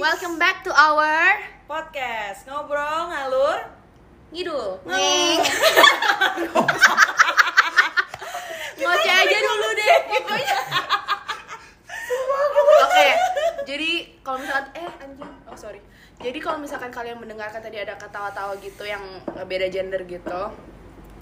to our podcast ngobrol ngalur ngidul. Oh. Ngeng. Ngoceh aja dulu deh pokoknya. Oke, jadi kalau misalkan eh anjing, oh sorry. Jadi kalau misalkan kalian mendengarkan tadi ada ketawa-tawa gitu yang beda gender gitu,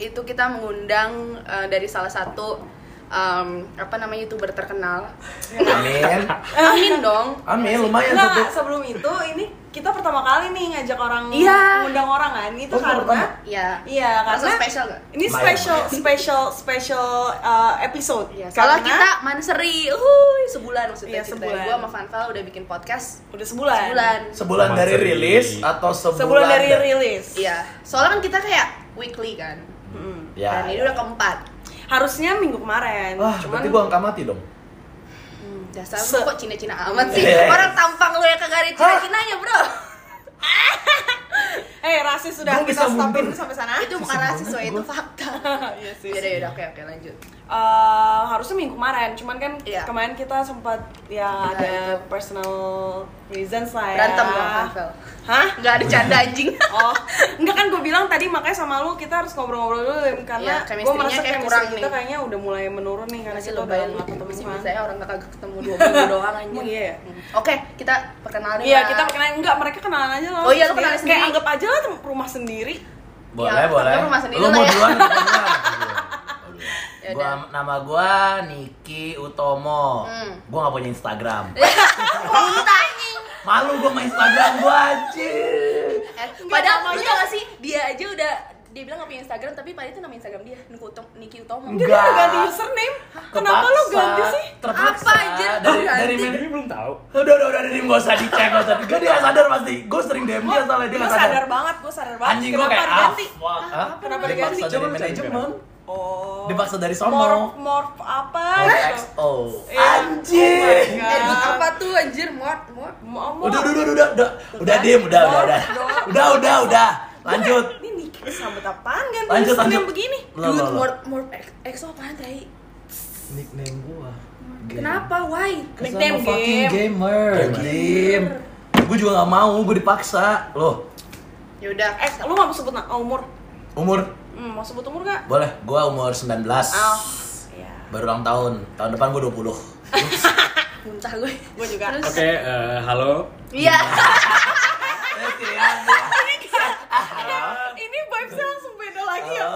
itu kita mengundang eh, dari salah satu em, apa namanya youtuber terkenal. Amin. Amin dong. Amin, Oh, iya, lumayan Nggak, satu. nggak, sebelum itu ini kita pertama kali nih ngajak orang Iya. ngundang orang kan itu Oh, itu karena pertama? Iya. iya Rasa karena spesial gak? ini Lumayan. special special special uh, episode Iya, karena soalnya kita manseri, uhuy, sebulan maksudnya Iya, kita. sebulan. Gue sama Fanfal udah bikin podcast udah sebulan sebulan. Sebulan Lumayan dari sering. rilis atau sebulan, sebulan dari da- rilis Iya, soalnya kan kita kayak weekly kan. Mm. Ya. Dan ini udah keempat. harusnya minggu Ah, kemarin Wah, cuman berarti gua angka mati dong. Hmm, Dasar Se- lu kok cina-cina amat sih. Yes. Orang tampang lu yang kagak ada cina-cinanya, Bro. eh rasis Gua sudah kita bisa stopin mundur. sampai sana itu bukan rasiswa, itu fakta. Iya sih. Yaudah, yaudah, oke, oke, lanjut. Eh, harusnya minggu kemarin, cuman kan Iya. kemarin kita sempat ya ada itu. personal reasons lah ya. Berantem sama Fanfel. Hah? Nggak ada canda anjing. Oh, enggak kan gue bilang tadi makanya sama lu kita harus ngobrol-ngobrol dulu Lim, Iya, karena gue chemistry-nya merasa kayak kayak kurang kita nih. kayaknya udah mulai menurun nih karena Masih kita udah lebayan nggak ketemu Masih Hmm. sama. biasanya orang kagak ketemu dua minggu doang anjing. Emang iya ya? Oke, kita perkenalan. Iya, lah. kita kenalan enggak mereka kenalan aja lah. Oh iya, lu Kayak- kenalan sendiri. Kayak anggap aja lah tem- rumah sendiri. Boleh, Ya, boleh. tapi rumah sendiri Lu lah mau ya. duluan? apa gua? Ya Gua udah. nama gua Niki Utomo. Hmm. Gua nggak punya Instagram. Kita anjing. Malu gua main Instagram gua anjir. Eh, Padahal lu tau gak sih, dia aja udah dia bilang gak punya Instagram tapi padahal itu nama Instagram dia Niku Utom, Niki Utomo. Jadi Enggak. lu ganti username. Kenapa lu Kepaksa, ganti sih? Terpaksa. Apa anjir? Dari Ganti. dari men- belum tahu. Udah, udah, udah, udah, gak usah dicek, gak usah dicek. Dia nggak sadar pasti, gue sering DM dia Iya, soalnya dia Gue nggak sadar sadar banget, gue sadar banget. Anjing gue Kenapa kayak, ah, diganti? fuck. Hah? Kenapa diganti? Dipaksa dari Coba lu cari manajemen Oh. Dipaksa dari Morph, sono morph apa? gitu. XO Iya. Oh Anjir my God. Edit Eh, apa tuh anjir, mort, mort. Mau Udah, udah, udah, udah, udah, udah, dim, udah, udah, udah, udah, udah, udah, lanjut, Ini Niki sambut apaan ganti lanjut, username lanjut. begini? Lo, lo, Dude, lo. mort, mort, ex- exo apaan tadi? Nickname gua. Game. Kenapa, why? Cause Nickname I'm a fucking game. gamer. Game. Gue juga nggak mau, gue dipaksa. Loh, Yaudah, Eh, lu gak mau sebut na- umur? umur Hmm, mau sebut umur gak? boleh, gue umur 19 Ah, iya. Baru ulang tahun, tahun depan gue 20 muntah gue. Gue juga. Terus- Oke, eh, halo. Iya. Ini vibesnya langsung beda lagi ya.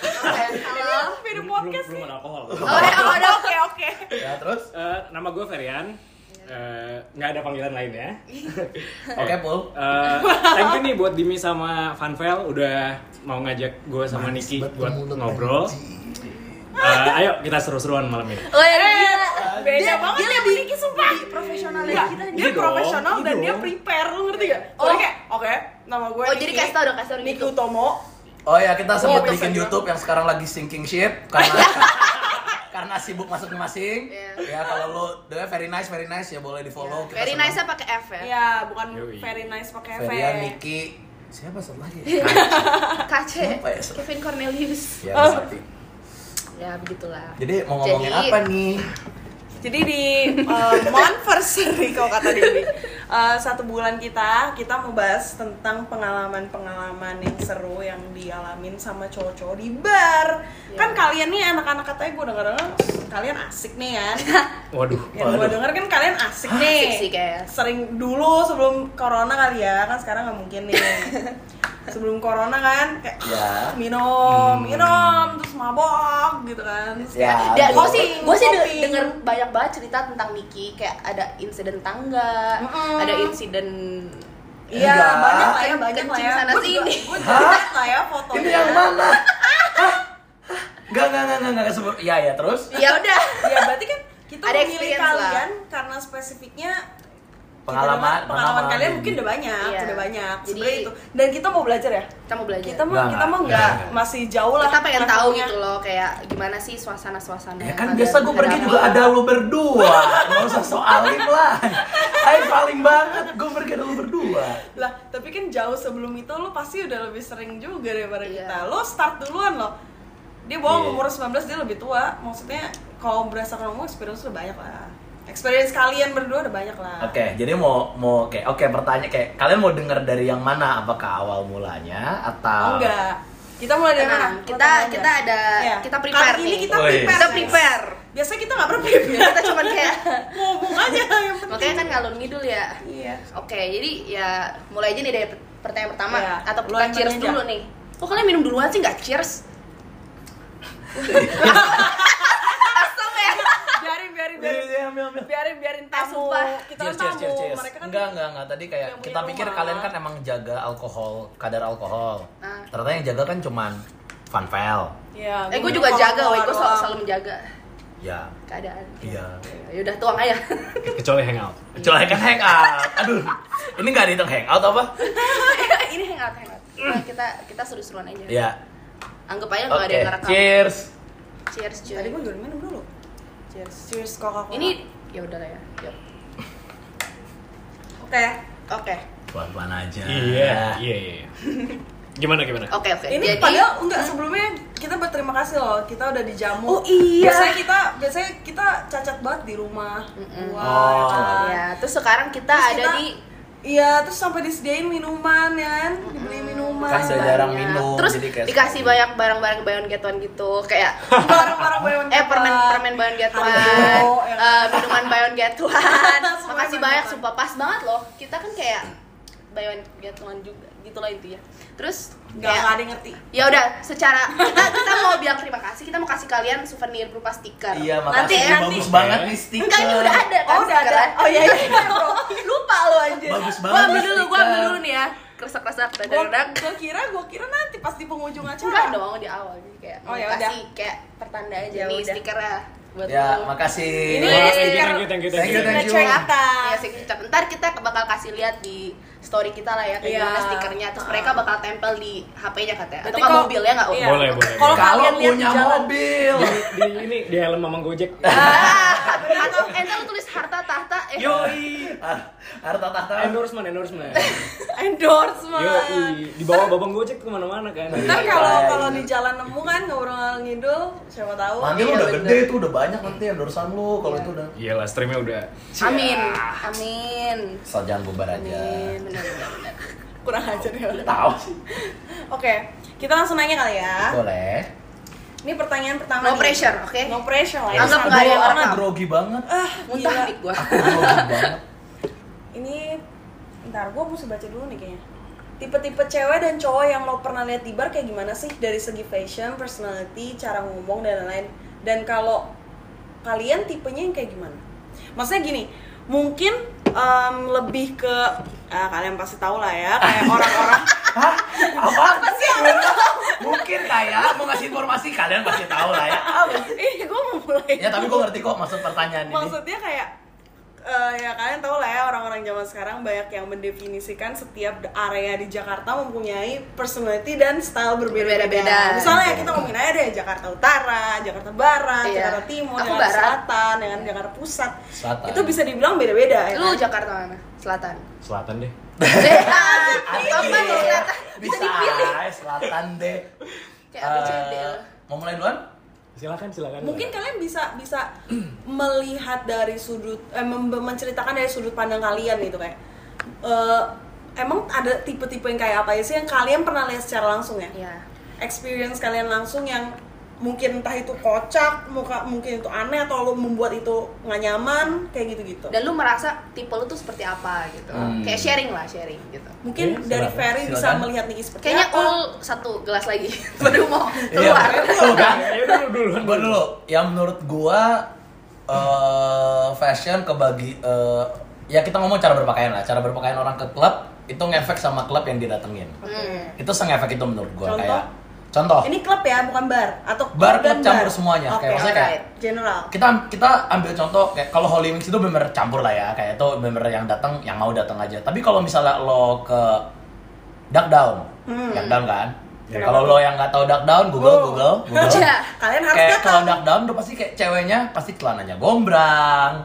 Oke, Halo. Beda Belum- podcast belum nih. ada alkohol. Oh, ya, oh, udah. Oke, oke. Ya terus, Eh, nama gue Ferian. Eh, Nggak ada panggilan lain ya. oke Pul Eh, thank you nih buat Dimi sama Vanvel udah mau ngajak gue sama Niki buat ngobrol. Eh, ayo kita seru-seruan malam ini. Oh, ya, Eh, gila. beda Dia- banget dia ya lebih- Niki sumpah. lebih profesional dari Enggak, kita nih. dia Gitu dong, profesional gitu dan dia dong. prepare, lu ngerti gak? Oh. Jadi kayak, oke, nama gue Oh, jadi kasih tau dong, kasih tau Niki gitu. Utomo. Oh ya kita sempat Iya, Ngobrol bikin saja. YouTube yang sekarang lagi sinking ship karena karena sibuk masing-masing. Iya. Ya kalau lu the very nice very nice ya boleh di follow. Kita Very senang. nice-nya pakai F ya. Ya, bukan Yoi. very nice pakai V. Ferian, Niki, siapa satu lagi? KC, Kenapa ya, Sob? Kevin Cornelius. ya, berarti. Ya, begitulah. Jadi mau ngomongin Jadi- apa nih? Jadi di uh, Monversary kalau kata Dewi uh, satu bulan kita kita mau bahas tentang pengalaman-pengalaman yang seru yang dialamin sama cowok-cowok di bar. Kan kalian nih anak-anak katanya gue denger-denger kalian asik nih kan. Waduh. Yang gue Waduh. denger kan kalian asik nih. Asik sih kayaknya. Sering dulu sebelum corona kali ya kan sekarang nggak mungkin nih. sebelum corona kan kayak Ya. minum, minum terus mabok gitu kan. Terus Ya. Ya, Aduh. gue sih, gue sih de- Shopping. denger banyak banget cerita tentang Niki kayak ada insiden tangga, Mm-mm. ada insiden Iya, Enggak. banyak lah ya, Kayak banyak lah kencing ya. sana sini. Gue jelas lah ya fotonya. Ini yang mana? Hah? Gak, gak, gak, gak, gak, gak sebut. Ya, ya, terus ya udah. Ya berarti kan kita Ada memilih experience kalian karena spesifiknya pengalaman, pengalaman kalian mungkin udah banyak, Iya. udah banyak. Jadi- Sebenarnya itu. Dan kita mau belajar ya. Kita mau belajar. Kita mau Enggak, kita mau enggak. enggak masih jauh lah. kita pengen tahu levelnya. gitu loh kayak gimana sih suasana-suasana. Ya yang kan ada- biasa gue pergi juga ada lu berdua Gak usah soalim lah Ayo paling banget gue pergi ada lu berdua Lah, tapi kan jauh sebelum itu lo pasti udah lebih sering juga daripada Iya. kita. Lo start duluan loh. Dia bohong Iya. umur 19 dia lebih tua. Maksudnya kalau berdasarkan umur experience udah banyak lah. experience kalian berdua udah banyak lah Oke, jadi mau mau kayak oke pertanyaan kayak kalian mau dengar dari yang mana? Apakah awal mulanya Oh, atau enggak kita mulai dari mana Tenang, Nah, kita Pertanyaan. kita ada Iya. kita prepare Kali nih. ini kita Woi. prepare Kita guys. prepare. biasanya kita nggak pernah prepare ya. kita cuman kayak ngomong aja yang penting makanya kan ngalur ngidul ya. iya Oke, jadi ya mulai aja nih dari pertanyaan pertama Iya. atau Lu kita yang cheers tanya, dulu nih. Kok kalian minum duluan sih nggak cheers? Asem ya. biarin biarin biarin Iya, ambil ambil. biarin biarin tamu Eh, sumpah. kita kan Cheers, cheers, tamu cheers, cheers. mereka kan Enggak, enggak, enggak. Tadi kayak yang punya kita pikir rumah. kalian kan emang jaga alkohol, kadar alkohol. Ah. Ternyata yang jaga kan cuman Funvel. Iya, Eh gua gue juga jaga, ngomong woi gue selalu, doang. selalu menjaga Ya. keadaan. Iya. Ya udah tuang aja. kecuali hangout Iya. Kecuali kan hangout. Aduh. Ini enggak dihitung hangout apa? Ini hangat hangat. Nah, kita kita seru-seruan aja. Iya. Anggap aja nggak Oke. ada yang ngerekam. Cheers. Cheers, tadi cuy. gue juga minum dulu cheers cheers coca cola Ini ya udahlah ya. Yuk. oke Oke. Ya. Pelan-pelan aja. Ya. iya iya iya gimana gimana Oke, oke. Ini Jadi Hmm? padahal enggak sebelumnya kita berterima kasih loh kita udah dijamu. Oh, iya. Biasanya kita biasanya kita cacat banget di rumah. Mm-mm. Wah, Oh. ya kan? ya, terus sekarang kita Terus ada kita- di Iya, terus sampai disediain minuman ya kan, dibeli minuman. Kan saya jarang minum, terus jadi kayak dikasih sekali. banyak barang-barang bayon getuan gitu kayak Barang-barang bayon eh permen getuan. permen bayon getuan Haribo, ya kan? eh, minuman bayon getuan Semua makasih bayon banyak getuan. sumpah pas banget loh kita kan kayak bayon getuan juga gitulah intinya terus Enggak kayak- enggak ada yang ngerti. ya udah secara kita kita mau bilang terima kasih kita mau kasih kalian souvenir berupa stiker Iya, nanti makasih. ya Bagus banget nih stiker. enggak ini udah ada kan Oh, udah ada. stikeran? Oh iya iya. iya, bro. Lupa lo anjir. Bagus gua banget. ambil nih dulu gua ambil stiker. dulu nih ya kresek kresek Gua, dadang gua kira gua kira nanti pas di penghujung Enggak acara. dong di awal jadi kayak Oh, ya mau udah. kasih kayak pertanda aja Ya nih udah. stikernya buat Ya, lu. makasih. Ini Wah, thank you stiker. thank you thank you Thank you, thank you. Ngecek atas. Ya, stiker kita. Ntar kita bakal kasih lihat di story kita lah ya kayak Iya. gimana stikernya. Terus mereka bakal tempel di HP-nya katanya. Atau Berarti nggak kalau- mobilnya nggak? iya. Boleh, boleh. Kalau Kalau kalian lihat di punya jalan, mobil. Di, di ini di helm mamang gojek Atau eh, ntar lu tulis harta tahta. Eh, yoi Har- Harta tahta. endorsement endorsement endorsement. yoi di bawah babang gojek kemana-mana kan Ntar kalau kalau di jalan nemu kan ngobrol ngidul, siapa tahu. Nanti Iya, lu udah bener. Iya. gede tuh udah banyak nanti endorsan lu kalau itu udah. Iyalah streamnya udah Amin. Amin. Asal jangan bubar Iya. aja. Amin. Benar benar benar. kurang ajar ya. Oke, Tahu sih. kita langsung nanya kali ya. Boleh. Ini pertanyaan pertama. No nih. pressure, oke? No pressure lah. ya. Anggap Sabar. nggak ada yang Karena rekam. grogi banget. Ah, Muntah gila. nih gua. Grogi banget. Ini ntar gua mesti baca dulu nih kayaknya. Tipe-tipe cewek dan cowok yang lo pernah lihat di bar kayak gimana sih dari segi fashion, personality, cara ngomong dan lain-lain. Dan kalau kalian tipenya yang kayak gimana? Maksudnya gini, mungkin em, lebih ke ah, kalian pasti tahu lah ya kayak orang-orang Hah? Apa? Mungkin kayak mau ngasih informasi kalian pasti tahu lah ya. Ih, gue mau mulai. Ya tapi gua ngerti kok maksud pertanyaan ini. Maksudnya kayak eh, ya kalian tahu lah ya orang-orang zaman sekarang banyak yang mendefinisikan setiap area di Jakarta mempunyai personality dan style berbeda-beda. Berbeda-beda. Misalnya kita ngomongin aja deh Jakarta Utara, Jakarta Barat, Iya. Jakarta Timur, Aku Jakarta Barat. Iya. Selatan, dengan Jakarta Pusat. Selatan. Itu bisa dibilang beda-beda ya. Lu kan? Jakarta mana? Selatan. selatan deh Eh, Asik. Kapan lu Selatan? Bisa ay, Selatan deh. Kayak ABCD. Eh, Mau mulai duluan? silakan silakan mungkin kalian bisa bisa melihat dari sudut eh, mem- menceritakan dari sudut pandang kalian gitu kayak eh, emang ada tipe-tipe yang kayak apa ya sih yang kalian pernah lihat secara langsung ya Iya. experience kalian langsung yang mungkin entah itu kocak muka mungkin itu aneh atau lo membuat itu nggak nyaman kayak gitu gitu dan lu merasa tipe lu tuh seperti apa gitu Hmm. kayak sharing lah sharing gitu mungkin Oke, dari silakan, Ferry bisa silakan. melihat Niki seperti kayaknya apa ul satu gelas lagi baru mau Iya. keluar Tuh kan. ya udah dulu duluan Iya. Gua dulu. Yang menurut gua eh, fashion kebagi eh, ya kita ngomong cara berpakaian lah. Cara berpakaian orang ke klub itu ngefek sama klub yang didatengin. Hmm. Itu sengefek itu menurut gua Contoh? kayak contoh ini klub ya bukan bar atau Bar, klub dan klub campur semuanya. Kayak Oke, maksudnya kayak- alright. general kita kita ambil contoh kayak kalau Holy Wings itu bener campur lah ya kayak itu bener yang datang yang mau datang aja tapi kalau misalnya lo ke Duck Down Hmm. Duck Down kan Ya. kalau lo yang nggak tahu Duck Down Google Oh. Google Google Iya. kalian harus kayak datang kalau Duck Down tuh pasti kayak ceweknya pasti celananya gombrang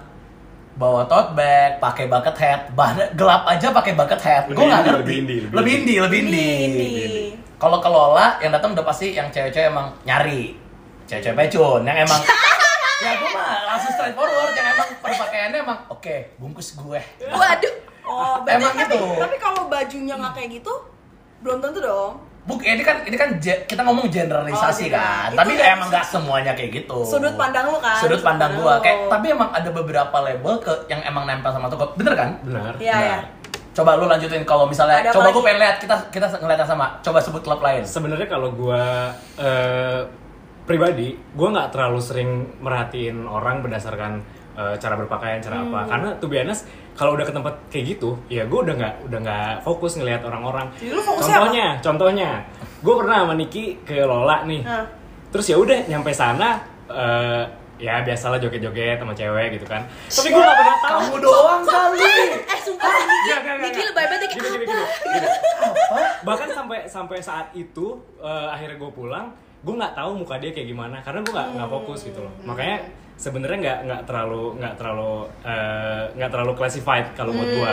bawa tote bag pakai bucket hat bahkan gelap aja pakai bucket hat gue Lebih nggak indie, ngerti lebih indie, lebih lebih indie lebih ini indie. Kalau ke Lola yang datang udah pasti yang cewek-cewek emang nyari. Cewek-cewek pecun yang emang Ya gue mah langsung straight forward yang emang perpakaiannya emang oke bungkus gue Waduh. Oh, berarti- Emang tapi, gitu. tapi kalau bajunya nggak kayak gitu, belum tentu dong. Buk, ini kan ini kan je- kita ngomong Oh, generalisasi kan, general. tapi Itu yang- emang nggak semuanya kayak gitu. Sudut pandang lu kan? Sudut pandang Sudut gua pandang kayak, lu. tapi emang ada beberapa label ke yang emang nempel sama tuh, bener kan? Benar. Iya, Nah, iya. Coba lu lanjutin kalau misalnya, Ada apa coba gua lagi? pengen lihat kita kita ngeliat yang sama. Coba sebut klub lain. Sebenarnya kalau gua eh, pribadi, gua nggak terlalu sering merhatiin orang berdasarkan eh, cara berpakaian, cara apa. Karena to be honest, kalau udah ke tempat kayak gitu, ya gua udah nggak udah nggak fokus ngelihat orang-orang. Jadi lu fokusnya Contohnya, contohnya, gua pernah sama Niki ke Lola nih. Hah. Terus ya udah nyampe sana eh, ya biasalah joget-joget sama cewek gitu kan. Tapi gua nggak pernah tahu. Kamu doang kali. Eh, sumpah. Nggak, nggak, nggak, Niki nggak. lebay banget, Niki, Gini, gini, gini, gini. bahkan sampai sampai saat itu eh, akhirnya gue pulang gue nggak tahu muka dia kayak gimana karena gue nggak nggak fokus gitu loh makanya sebenarnya nggak nggak terlalu nggak terlalu eh, nggak terlalu classified kalau buat gue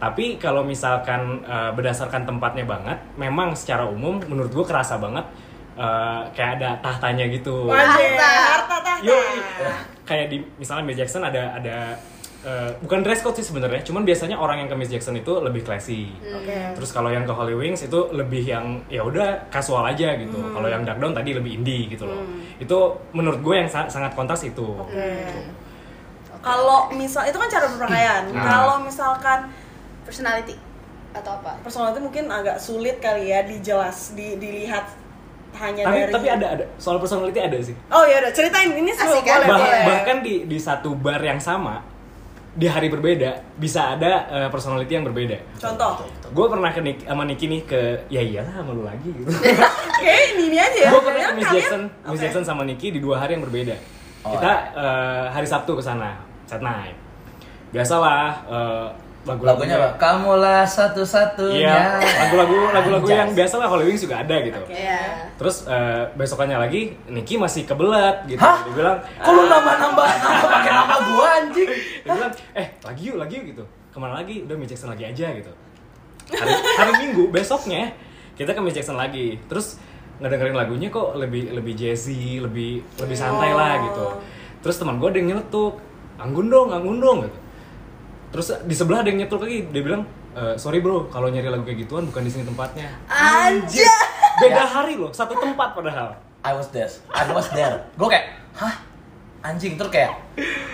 tapi kalau misalkan eh, berdasarkan tempatnya banget memang secara umum menurut gue kerasa banget eh, kayak ada tahtanya gitu Wajib. Harta. Harta tahta. Yoi. kayak di misalnya Miss Jackson ada ada eh, bukan dress code sih sebenarnya, cuman biasanya orang yang ke Miss Jackson itu lebih classy. Oke. Terus kalau yang ke Holy Wings itu lebih yang ya udah casual aja gitu. Hmm. Kalau yang Dark Down tadi lebih indie gitu loh. Itu menurut gue yang sa- sangat kontras itu. Kalau misal itu kan cara berpakaian. Nah. Kalau misalkan Personality atau apa? personality mungkin agak sulit kali ya dijelas di, dilihat hanya Tapi dari tapi ada ada soal personality ada sih. Oh ya udah ceritain ini sebelum Asik kan? boleh Bah- boleh. bahkan di di satu bar yang sama di hari berbeda bisa ada eh, personality yang berbeda. Contoh. Gue pernah ke Nick, sama Niki nih ke ya iyalah sama lu lagi gitu. Oke, ini, ini aja ya. gue pernah ke Kalian- Miss kalian- Jackson, Miss Oke. Jackson sama Niki di dua hari yang berbeda. Oh, kita eh, hari Sabtu ke sana, Saat night. Biasalah eh, Lagunya apa? Kamulah satu-satunya. Iya, lagu-lagu lagu-lagu yang biasalah Holy Wings juga ada gitu. Iya. Terus eh, besokannya lagi Niki masih kebelet gitu. Hah? Dia bilang, Kok lu nambah-nambah nambah pakai nama gua anjing? dia bilang, eh lagi yuk lagi yuk gitu. Kemana lagi? Udah Miss Jackson lagi aja gitu. Hari, hari Minggu besoknya kita ke Miss Jackson lagi. Terus ngedengerin lagunya kok lebih lebih jazzy, lebih lebih santai lah gitu. Terus teman gue ada yang nyeletuk, anggun dong, anggun dong gitu. Terus di sebelah ada yang nyetuk lagi, dia bilang, "Eh, sorry bro, kalau nyari lagu kayak gituan bukan di sini tempatnya. Ah. ya? Anjir. Ya. Beda hari loh, satu tempat padahal. I was there. I was there. Gue kayak, hah? Anjing terus kayak,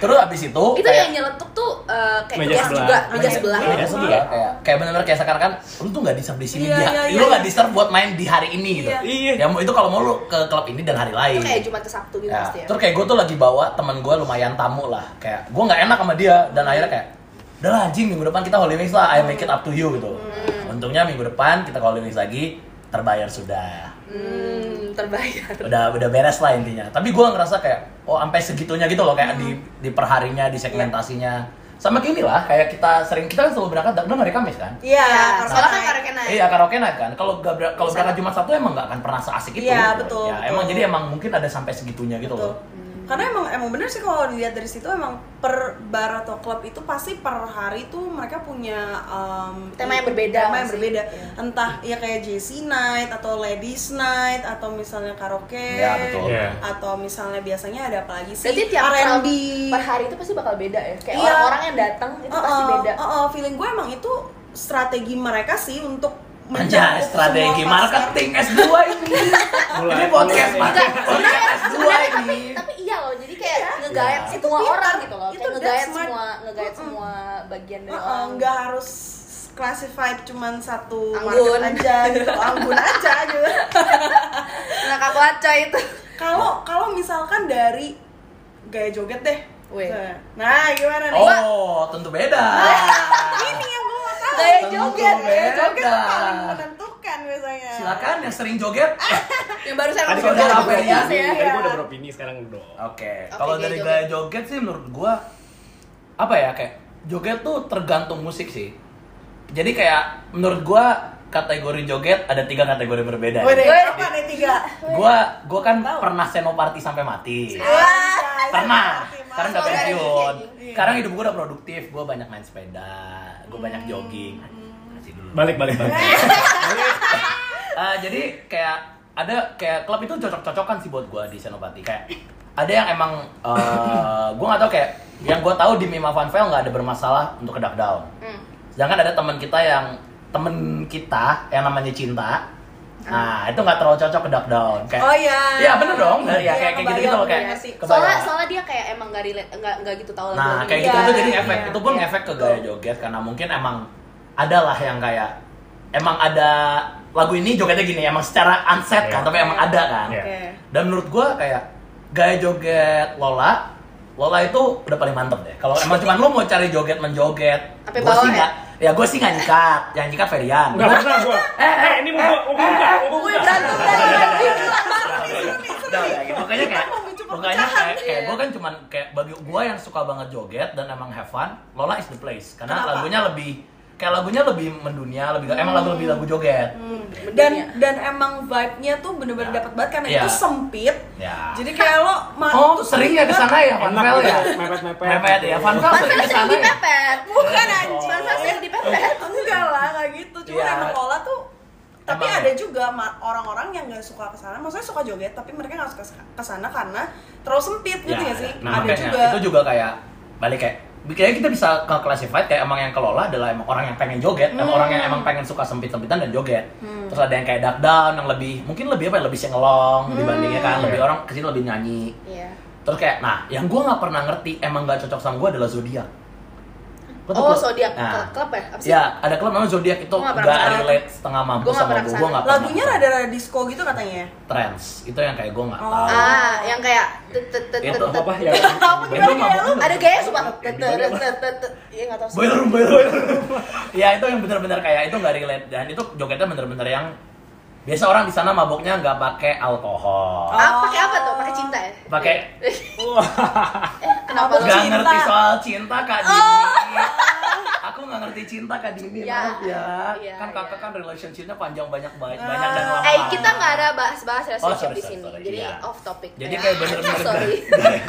terus abis itu Itu Oh, kayak, yang nyeletuk tuh eh, kayak Meja meja sebelah. juga, meja Meja- sebelah. Meja Meja sebelah. ya. Kayak, kayak benar-benar kayak seakan-akan lu tuh nggak diserve di sini Iya, dia, iya, iya, lu nggak iya. diserve buat main di hari ini gitu. Iya. Iya. Ya mau- itu kalau mau lu ke klub ini dan hari lain. Itu kayak Jumat ke Sabtu gitu Ya, pasti ya. Terus kayak gue tuh lagi bawa teman gue lumayan tamu lah. Kayak gue nggak enak sama dia dan akhirnya kayak udah lah anjing minggu depan kita Holy Wings lah, I make it up to you gitu. Hmm. Untungnya minggu depan kita ke Holy Wings lagi terbayar sudah. Hmm, terbayar. Udah udah beres lah intinya. Tapi gue ngerasa kayak oh sampai segitunya gitu loh kayak Hmm. di di perharinya, di segmentasinya. Sama kayak inilah kayak kita sering kita kan selalu berangkat dan hari Kamis kan. Iya, Ya, karena soalnya kan naik. karena naik. Iya karaoke night kan. Kalau gak ber- kalau berangkat Jumat Sabtu emang nggak akan pernah seasik itu. Iya, gitu. betul, Ya, betul. emang jadi emang mungkin ada sampai segitunya gitu Betul. loh. Hmm. Karena emang emang bener sih kalau dilihat dari situ emang per bar atau klub itu pasti per hari tuh mereka punya em, Tema yang berbeda tema yang sih. berbeda. Iya. Entah ya kayak JC night atau ladies night atau misalnya karaoke Ya, betul. Iya. atau misalnya biasanya ada apa lagi sih? Berarti tiap R&B. klub per hari itu pasti bakal beda ya. Kayak Iya. orang-orang yang datang itu pasti Uh-uh, beda. uh-uh, feeling gue emang itu strategi mereka sih untuk Anjay, mencakup strategi semua pasar. marketing S2 ini. Mulai, ini podcast mulai. marketing podcast S2 Sebenarnya, ini. tapi, tapi iya loh, jadi kayak ngegayat Iya. semua Itu orang pintar. gitu loh. Itu Kayak ngegayat that's smart. semua, ngegayat semua bagian dari Uh-uh, orang. nggak harus classified cuman satu Anggun. market aja gitu anggun aja gitu Nah, Kak Waca itu. kalau kalau misalkan dari gaya joget deh Weh. nah gimana nih Oh, tentu beda. ini yang gue mau tahu Gaya Tentu joget. gaya joget beda. tuh paling menentukan biasanya Silakan yang sering joget. Yang baru saya Tadi langsung kan gua udah udah apa ya? fokus beropini, ya. tadi gua udah beropini, sekarang lu dong. Oke, Oke, kalau gaya dari joget. gaya joget sih menurut gua apa ya kayak joget tuh tergantung musik sih. Jadi kayak menurut gua kategori joget ada tiga kategori berbeda. Wih, deh, Weh. apa nih tiga Gua gua kan pernah senoparti sampai mati. Anjay, pernah mati, mati. sekarang udah Soalnya ada pensiun gigi. sekarang hidup gue udah produktif gue banyak main sepeda gue banyak jogging Kasih dulu. Balik balik balik. eh, Ah, jadi kayak ada kayak klub itu cocok-cocokan sih buat gue di Senopati kayak ada yang emang eh gue nggak tahu kayak yang gue tahu di Mima Van Fail nggak ada bermasalah untuk ke Duck Down. Hmm. Sedangkan ada teman kita yang temen kita yang namanya Cinta. Nah, itu nggak terlalu cocok ke Duck Down. Kayak, Oh iya. Iya, bener dong. Iya, Bener, ya, kayak kayak kebayang, gitu-gitu loh kayak. iya sih. kebayang. Soalnya, soalnya dia kayak emang gak, relate, gak, gak gitu tau lagu Nah, kayak Iya, gitu itu jadi efek. iya. Itu pun Iya. efek ke gaya joget karena mungkin emang adalah yang kayak emang ada lagu ini jogetnya gini, emang secara unset kan, Iya. tapi emang ada kan. Iya. Oke. Dan menurut gua kayak gaya joget Lola, Lola itu udah paling mantep deh. Kalau emang cuman lu mau cari joget menjoget, Sampai gua bawah sih ya? nggak, ya gue sih nggak nyikat, yang nyikat Ferian. Enggak pernah gua. Eh, eh, ini mau gua mau gua buka, mau gua Gue buka. berantem dari Iya. tadi. Udah, udah, gitu. Pokoknya kayak memicu pokoknya perpecahan. kayak, kayak gue kan cuman kayak bagi gue yang suka banget joget dan emang have fun, Lola is the place karena Kenapa? lagunya lebih kayak lagunya lebih mendunia, lebih emang lagu lebih lagu joget. Hmm. Dan ya. dan emang vibe-nya tuh bener-bener Ya. dapat banget karena Iya. itu sempit. Ya. Jadi kayak lo ma- Oh, tuh sering ya ke sana ya, Van Enak Vel gitu, ya? mepet-mepet. Mepet ya, Van Vel Panfel sering ke sering sana ya? dipepet Bukan anjing. Panfel sering dipepet Enggak lah, nggak gitu. Cuma Iya. emang Lola tuh tapi Emang. ada juga ma- orang-orang yang nggak suka kesana, maksudnya suka joget, tapi mereka nggak suka kesana karena terlalu sempit, gitu Ya, nggak sih? Nah, ada makanya juga. itu juga kayak balik kayak Kayaknya kita bisa ke classified kayak emang yang kelola adalah emang orang yang pengen joget, Hmm. emang orang yang emang pengen suka sempit-sempitan dan joget. Terus ada yang kayak duck down yang lebih mungkin lebih apa ya, lebih singelong Hmm. dibandingnya kan lebih Iya. orang ke situ lebih nyanyi. Iya Terus kayak nah, yang gua nggak pernah ngerti emang nggak cocok sama gua adalah zodiak. Gua tuh Oh, gua- Zodiac Nah, Club ya? Apa sih? ya, ada klub namanya zodiak itu Gua nggak nggak pernah kesana. relate setengah Gua mampu nggak sama pernah gua, kesana. gua nggak pernah. Lagunya kesana. rada-rada disco gitu katanya. trends, itu yang kayak gua nggak Oh. tahu. Gitu. Ah, yang kayak tet- tet- tet- Itu tet- Apa-apa tet- ya? Itu mah tet- Ada gaya sumpah Tet- tet- tet- tet- tet- tet- Iya nggak tahu sih. boiler room, boiler room. ya itu yang benar-benar kayak itu nggak relate dan itu jogetnya benar-benar yang biasa orang di sana maboknya nggak pakai alkohol, Ah, pakai apa tuh? Pakai cinta ya? pakai Eh, kenapa Apa lu? nggak Cinta. ngerti soal cinta kak Dini. Aku nggak ngerti cinta kak Dini Ya, maaf ya. Oh. iya, kan iya. kakak kan relationshipnya panjang banyak banyak banyak dan lama. Eh, kita nggak ada bahas-bahas Oh, relationship sorry, di sorry, sini. sorry. Jadi Iya. off topic. Jadi ya. kayak bener-bener Sorry. gaya,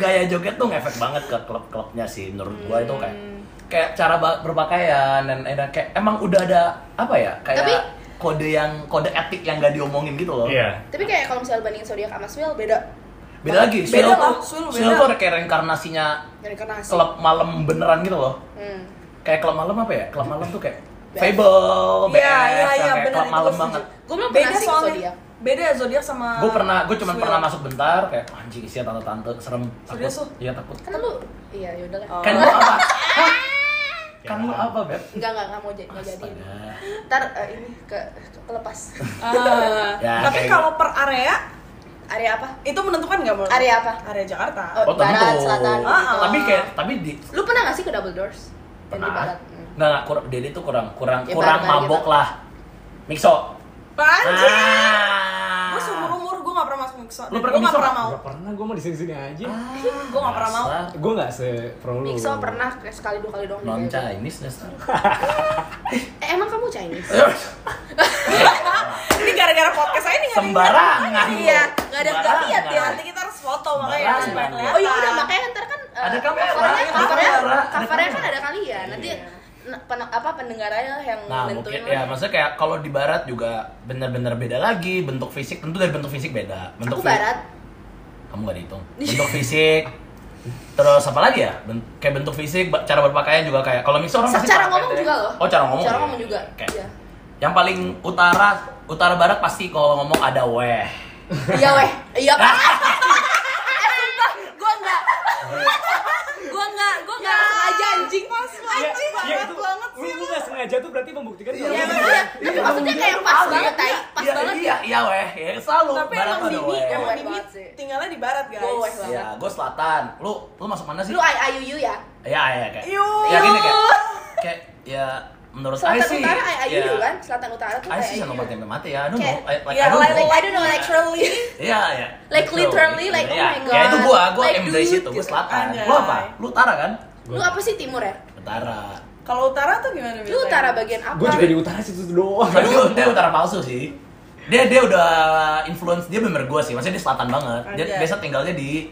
gaya joget tuh ngefek banget ke klub-klubnya sih menurut gua itu kayak Hmm. kayak cara ba- berpakaian dan eh, dan kayak emang udah ada apa ya kayak Tapi- kode yang kode etik yang gak diomongin gitu loh. Iya. Tapi kayak kalau misalnya bandingin Zodiac sama Swell beda Beda lagi. Beda Swell lah, tuh- Swell beda. Swell tuh ada kayak reinkarnasinya dari karnasi. klub malam beneran gitu loh. Hmm. Kayak klub malam apa ya? Klub malam tuh kayak Iya, Fable, BF, iya, iya, yang kayak benar klub malam banget. Gua belum beda pernah sih ke soalnya. Zodiac. Beda zodiak sama Gue pernah, gue cuma Swill. pernah masuk bentar kayak anjing isinya tante-tante serem takut. Serius lu? Iya takut. Kan lu iya yaudah lah. Oh. Kan lu apa? Hah? Kan Ya. lu apa, Beb? Enggak enggak enggak mau jadi enggak jadi. Astaga. Ntar eh, ini ke, ke kelepas. Ah. Ya, tapi kayak kalau per area Area apa? itu menentukan nggak menurut? Area apa? Area Jakarta. Oh. Oh, tentu. Barat, selatan, Ah, gitu. Tapi kayak tapi di Lu pernah gak sih ke Double Doors? Yang Di pernah. barat. Hmm. Enggak, enggak kurang Dede tuh kurang kurang Ya, kurang bareng-bareng mabok gitu. lah. Mixo. Anjir. Ah. Gue seumur umur gue nggak pernah masuk mixer. Lu Gue pernah Ah. ke nggak mixer? pernah mau. Enggak pernah gua mau di sini-sini aja. Gua nggak pernah mau. Dasar Gua enggak se pro lu. Mixo pernah kayak sekali dua kali doang. Non gitu. Chinese dasar. Eh, emang kamu Chinese? Ini gara-gara podcast saya nih nggak ada yang Sembarangan. lihat. Iya. Nggak ada nggak lihat Ya, ya. nanti kita harus foto makanya Sembarangan. supaya kelihatan. Oh iya udah makanya ntar kan eh, Ada kamera, covernya- ada covernya kamera, ada covernya kan kamera. ada kalian. Nanti n- pen- apa pendengarnya yang Nah, nentuin mungkin ya maksudnya kayak kalau di barat juga benar-benar beda lagi bentuk fisik. Tentu dari bentuk fisik beda. Bentuk Aku fi- barat. Kamu gak dihitung. Bentuk fisik. Terus apa lagi ya? Ben- kayak bentuk fisik, ba- cara berpakaian juga kayak kalau misalnya orang pasti Secara pakai ngomong teh. juga loh. Oh, cara ngomong. ya? Cara ya? ngomong juga. Kayak- Iya. Yang paling utara, utara barat pasti kalau ngomong ada weh. Iya weh. Iya Pak. Eh, sumpah, gua enggak. Gua enggak, gua enggak Ya. sengaja anjing. Iya. Iya, Anjing banget banget sih. Iya, Lu enggak sengaja tuh berarti membuktikan Iya, kalau Iya, lu- maksudnya, tapi maksudnya kayak pas banget, tai. Pas Iya, banget. Iya, iya weh. Ya selalu Tapi barat emang ada Dini, weh. emang Weh Dini banget sih. tinggalnya di barat Gua weh guys. banget. Ya, gue selatan. Lu lu masuk mana sih? Lu I I U U ya? Ya, ya kayak. Yuh. Ya gini kayak. Kayak ya menurut saya Selatan sih. Utara I I U U ya, kan? Selatan Utara tuh I kayak sih I yang I U tempat U. yang mati ya. I Kayak- don't iya, know. I, Ya, like, I don't like, know. like- I don't know, like truly. Iya, iya. Like Betul. literally, like, oh Iya, my Ya itu God. gua, gua Like, embrace dude, itu, gua gitu. selatan. Anjay. Lu apa? Lu utara kan? Lu apa sih timur ya? Utara. Kalau utara tuh gimana? Lu biasanya? utara bagian apa? Gua juga di utara situ doang. Tapi dia, dia utara palsu sih. Dia dia udah influence dia bener gua sih. Maksudnya dia selatan banget. Dia Anjay. biasa tinggalnya di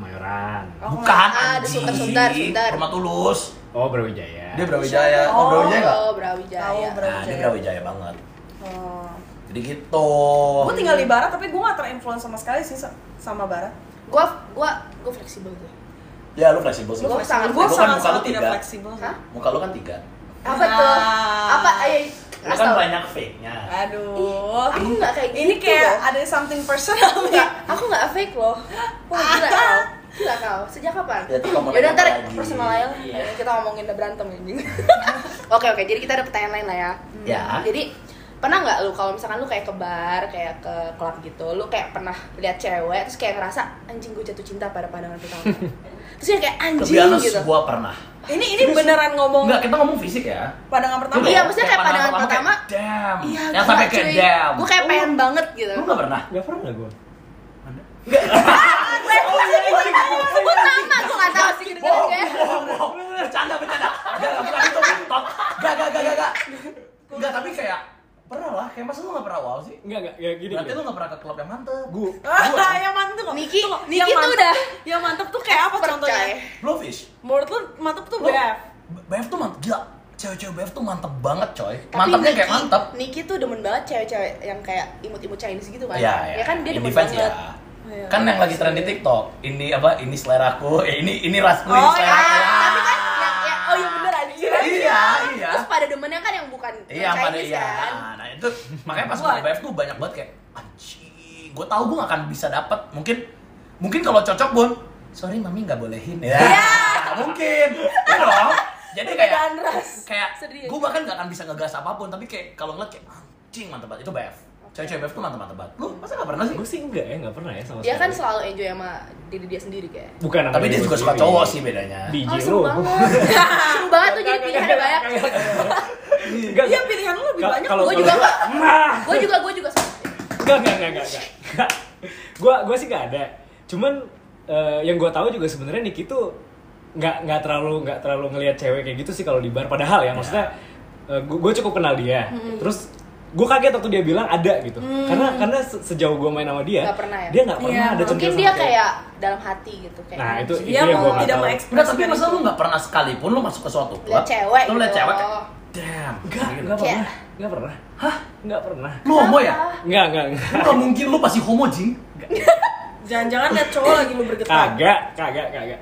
Mayoran. Oh, bukan ah, di anjing. Sunter, Sunter, Sunter. Rumah Tulus. Oh, Brawijaya. Dia Brawijaya. Oh, Oh, Brawijaya Oh, enggak? Tahu Brawijaya. Nah, dia Brawijaya banget. Oh. Jadi gitu. Gue tinggal di barat tapi gue gak terinfluence sama sekali sih sa- sama barat. Gua gua gua fleksibel gue. Ya lu fleksibel sih. Gua Gua- sangat gue bukan sangat muka lu tidak tiga. fleksibel. Hah? Muka lu kan tiga. Apa tuh? Ah. Apa ayo Lu kan banyak fake-nya. Aduh. Aku nggak kayak gitu. Ini kayak loh. ada something personal Nggak, ya. aku nggak fake loh. Wah, gila Ah. kau. Gila kau. Sejak kapan? Ya, terus ngomongin Yaudah apa ntar lagi? personal aja lah. Iya. Kita ngomongin udah berantem anjing. Oke oke, jadi kita ada pertanyaan lain lah ya. Ya. Jadi pernah nggak lu kalau misalkan lu kayak ke bar, kayak ke klub gitu, lu kayak pernah lihat cewek terus kayak ngerasa anjing gue jatuh cinta pada pandangan pertama. terus dia kayak anjing Lebih halus gitu. gua pernah. Ini ini beneran ngomong Enggak, kita ngomong fisik ya. pandangan pertama. Iya, maksudnya kayak pandangan kayak, Damn. Iya, Yang gila, sampai kayak cuy. damn. Oh. Gue kayak pengen banget gitu. Lu enggak pernah? Gak pernah gue. Gue sama, gue nggak tahu sih gitu Wow, ya. wow, wow. Bercanda, bercanda. Gak, gak, bukan itu mentok. Gak, gak, gak, gak, gak. Enggak, tapi kayak pernah lah. Kayak masa lu gak pernah wow sih? Enggak, enggak, ya gini. Berarti lu gak pernah ke klub yang mantep. Gue Ah, yang mantep kok. Niki- Tuh, Niki yang tuh mantep- udah yang mantep tuh kayak apa contohnya? Percaya. Blowfish. Menurut lu mantep tuh Lu- BF. B- BF tuh mantep, gila. Cewek-cewek BF tuh mantep banget coy. Tapi Mantepnya kayak Niki- mantep. Niki tuh demen banget cewek-cewek yang kayak imut-imut Chinese gitu kan. Iya, ya kan dia In demen defense banget. ya. Iya. Kan yang lagi tren di TikTok, ini apa? Ini seleraku, eh, ini ini rasku, ini Oh, Ya, seleraku. tapi kan yang, yang- oh iya bener anjir. Ah. Iya, iya. Terus pada demennya kan yang bukan Iya, bukan pada Chinese iya. kan. Nah, itu makanya pas Buat. gue BF tuh banyak banget kayak anjing. Gue tahu gue gak akan bisa dapat. Mungkin mungkin kalau cocok, Bun. Sorry, Mami nggak bolehin ya. Iya. Nggak mungkin. Ya dong. Jadi kayak Bedaan ras. kayak Sedih. gue bahkan gak akan bisa ngegas apapun, tapi kayak kalau ngeliat kayak anjing mantep banget itu BF. Cewek-cewek BF tuh mantep mantep banget. Lu masa gak pernah sih? gue sih enggak ya, enggak pernah ya sama Dia kan gitu. sekali. selalu enjoy sama diri dia sendiri kayak. Bukan sama Tapi dia diri juga gua suka sendiri. cowok sih bedanya. Oh Biji lu. seru banget. seru banget tuh jadi pilihannya banyak. Enggak. Iya, pilihan lu lebih banyak. Gua juga nggak. Nah. Gue juga gue juga sama. Enggak, enggak, enggak, enggak, enggak. Enggak. Gua gua sih enggak ada. Cuman eh, yang gua tahu juga sebenarnya Niki tuh nggak nggak terlalu nggak terlalu ngelihat cewek kayak gitu sih kalau di bar padahal ya maksudnya eh, gua, gua cukup kenal dia terus gue kaget waktu dia bilang ada gitu karena karena se- sejauh gue main sama dia Mm. Nggak pernah ya? dia nggak pernah Iya, ada Mungkin centil dia sama cewek. kayak dalam hati gitu kayak. nah itu itu Dia yang Iya, mau gua nggak tidak tahu. Enggak, tapi mengekspresikan masa itu. lu gak pernah sekalipun lu masuk ke suatu Lihat cewek Lu liat gitu. cewek kayak, damn. Enggak, gitu. enggak Kayak- pernah. Enggak pernah. Hah? Enggak pernah. Lu homo ya? Enggak, enggak, enggak. Enggak mungkin lu pasti homo, Jing. Jangan-jangan liat Eh, cowok lagi lu bergetar. Kagak, kagak, kagak.